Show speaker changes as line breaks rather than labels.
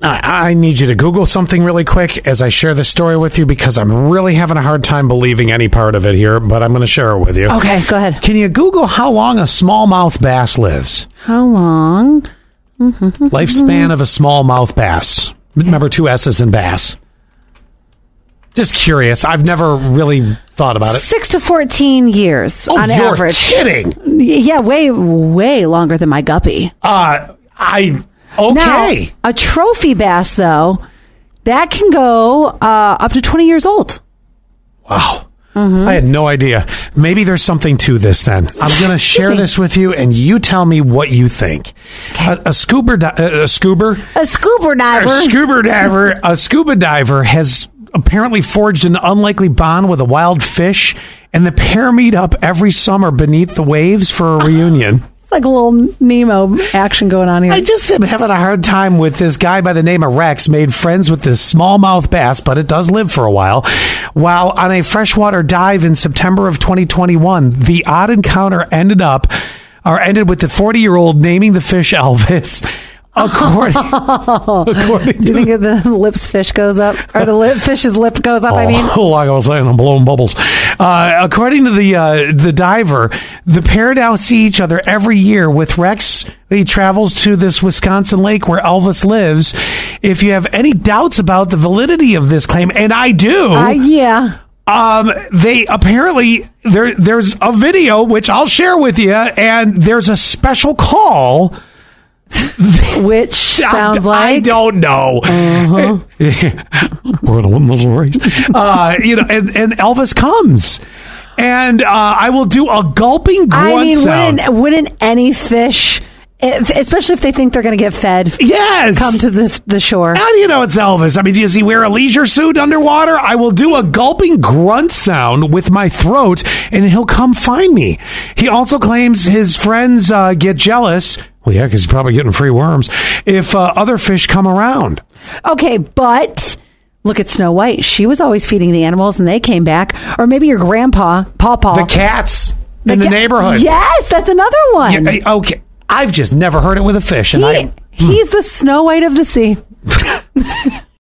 I, I need you to Google something really quick as I share this story with you because I'm really having a hard time believing any part of it here, but I'm going to share it with you.
Okay, go ahead.
Can you Google how long a smallmouth bass lives?
How long?
Mm-hmm. Lifespan of a smallmouth bass. Remember two S's in bass. Just curious. I've never really thought about it.
Six to 14 years on
oh, you're
average.
kidding.
Yeah, way, way longer than my guppy.
Uh, I
Now,
okay.
a trophy bass, though, that can go uh, up to 20 years old.
wow. I had no idea. Maybe there's something to this then. I'm going to share
me.
this with you and you tell me what you think. A, a scuba di- uh, a scuba
A scuba diver.
a scuba diver, a scuba diver has apparently forged an unlikely bond with a wild fish and the pair meet up every summer beneath the waves for a reunion.
it's like a little Nemo action going on here.
I just am having a hard time with this guy by the name of Rex made friends with this smallmouth bass, but it does live for a while. While on a freshwater dive in September of 2021, the odd encounter ended up or ended with the 40 year old naming the fish Elvis. According, according to
Do you think the lips fish goes up? Or the lip, fish's lip goes up, I mean?
Oh, like I was saying, I'm blowing bubbles. Uh, according to the uh, the diver, the pair now see each other every year. With Rex, he travels to this Wisconsin lake where Elvis lives. If you have any doubts about the validity of this claim, and I do,
I, yeah.
um, they apparently there there's a video which I'll share with you, and there's a special call.
Which sounds
I, I
like. Mm-hmm.
don't know. We're gonna win this race. Uh, you know, and, and Elvis comes, and uh, I will do a gulping grunt
I mean,
sound.
wouldn't, wouldn't any fish, if, especially if they think they're going to get fed,
yes,
come to the, the shore?
How do you know it's Elvis? I mean, does he wear a leisure suit underwater? I will do a gulping grunt sound with my throat, and he'll come find me. He also claims his friends uh, get jealous. Well, yeah, because he's probably getting free worms if uh, other fish come around.
Okay, but look at Snow White. She was always feeding the animals and they came back. Or maybe your grandpa, Pawpaw.
The cats in the
Ga-
neighborhood.
Yes, that's another one.
Yeah, I- okay. I've just never heard it with a fish, and
he,
I
he's the Snow White of the sea.